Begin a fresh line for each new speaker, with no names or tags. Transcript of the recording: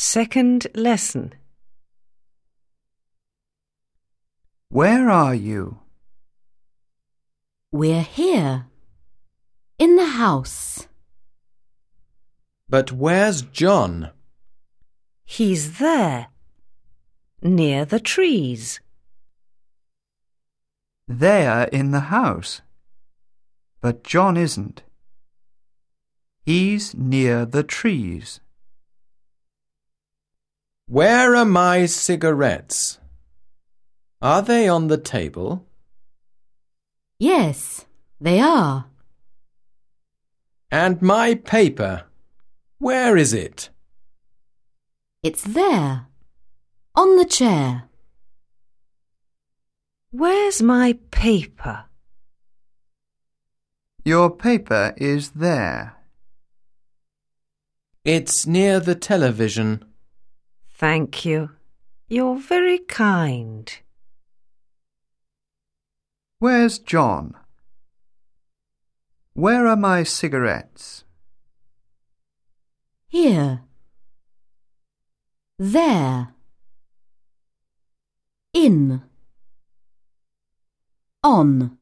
Second lesson.
Where are you?
We're here. In the house.
But where's John?
He's there. Near the trees.
They're in the house. But John isn't. He's near the trees.
Where are my cigarettes? Are they on the table?
Yes, they are.
And my paper? Where is it?
It's there. On the chair.
Where's my paper?
Your paper is there.
It's near the television.
Thank you. You're very kind.
Where's John? Where are my cigarettes?
Here. There. In. On.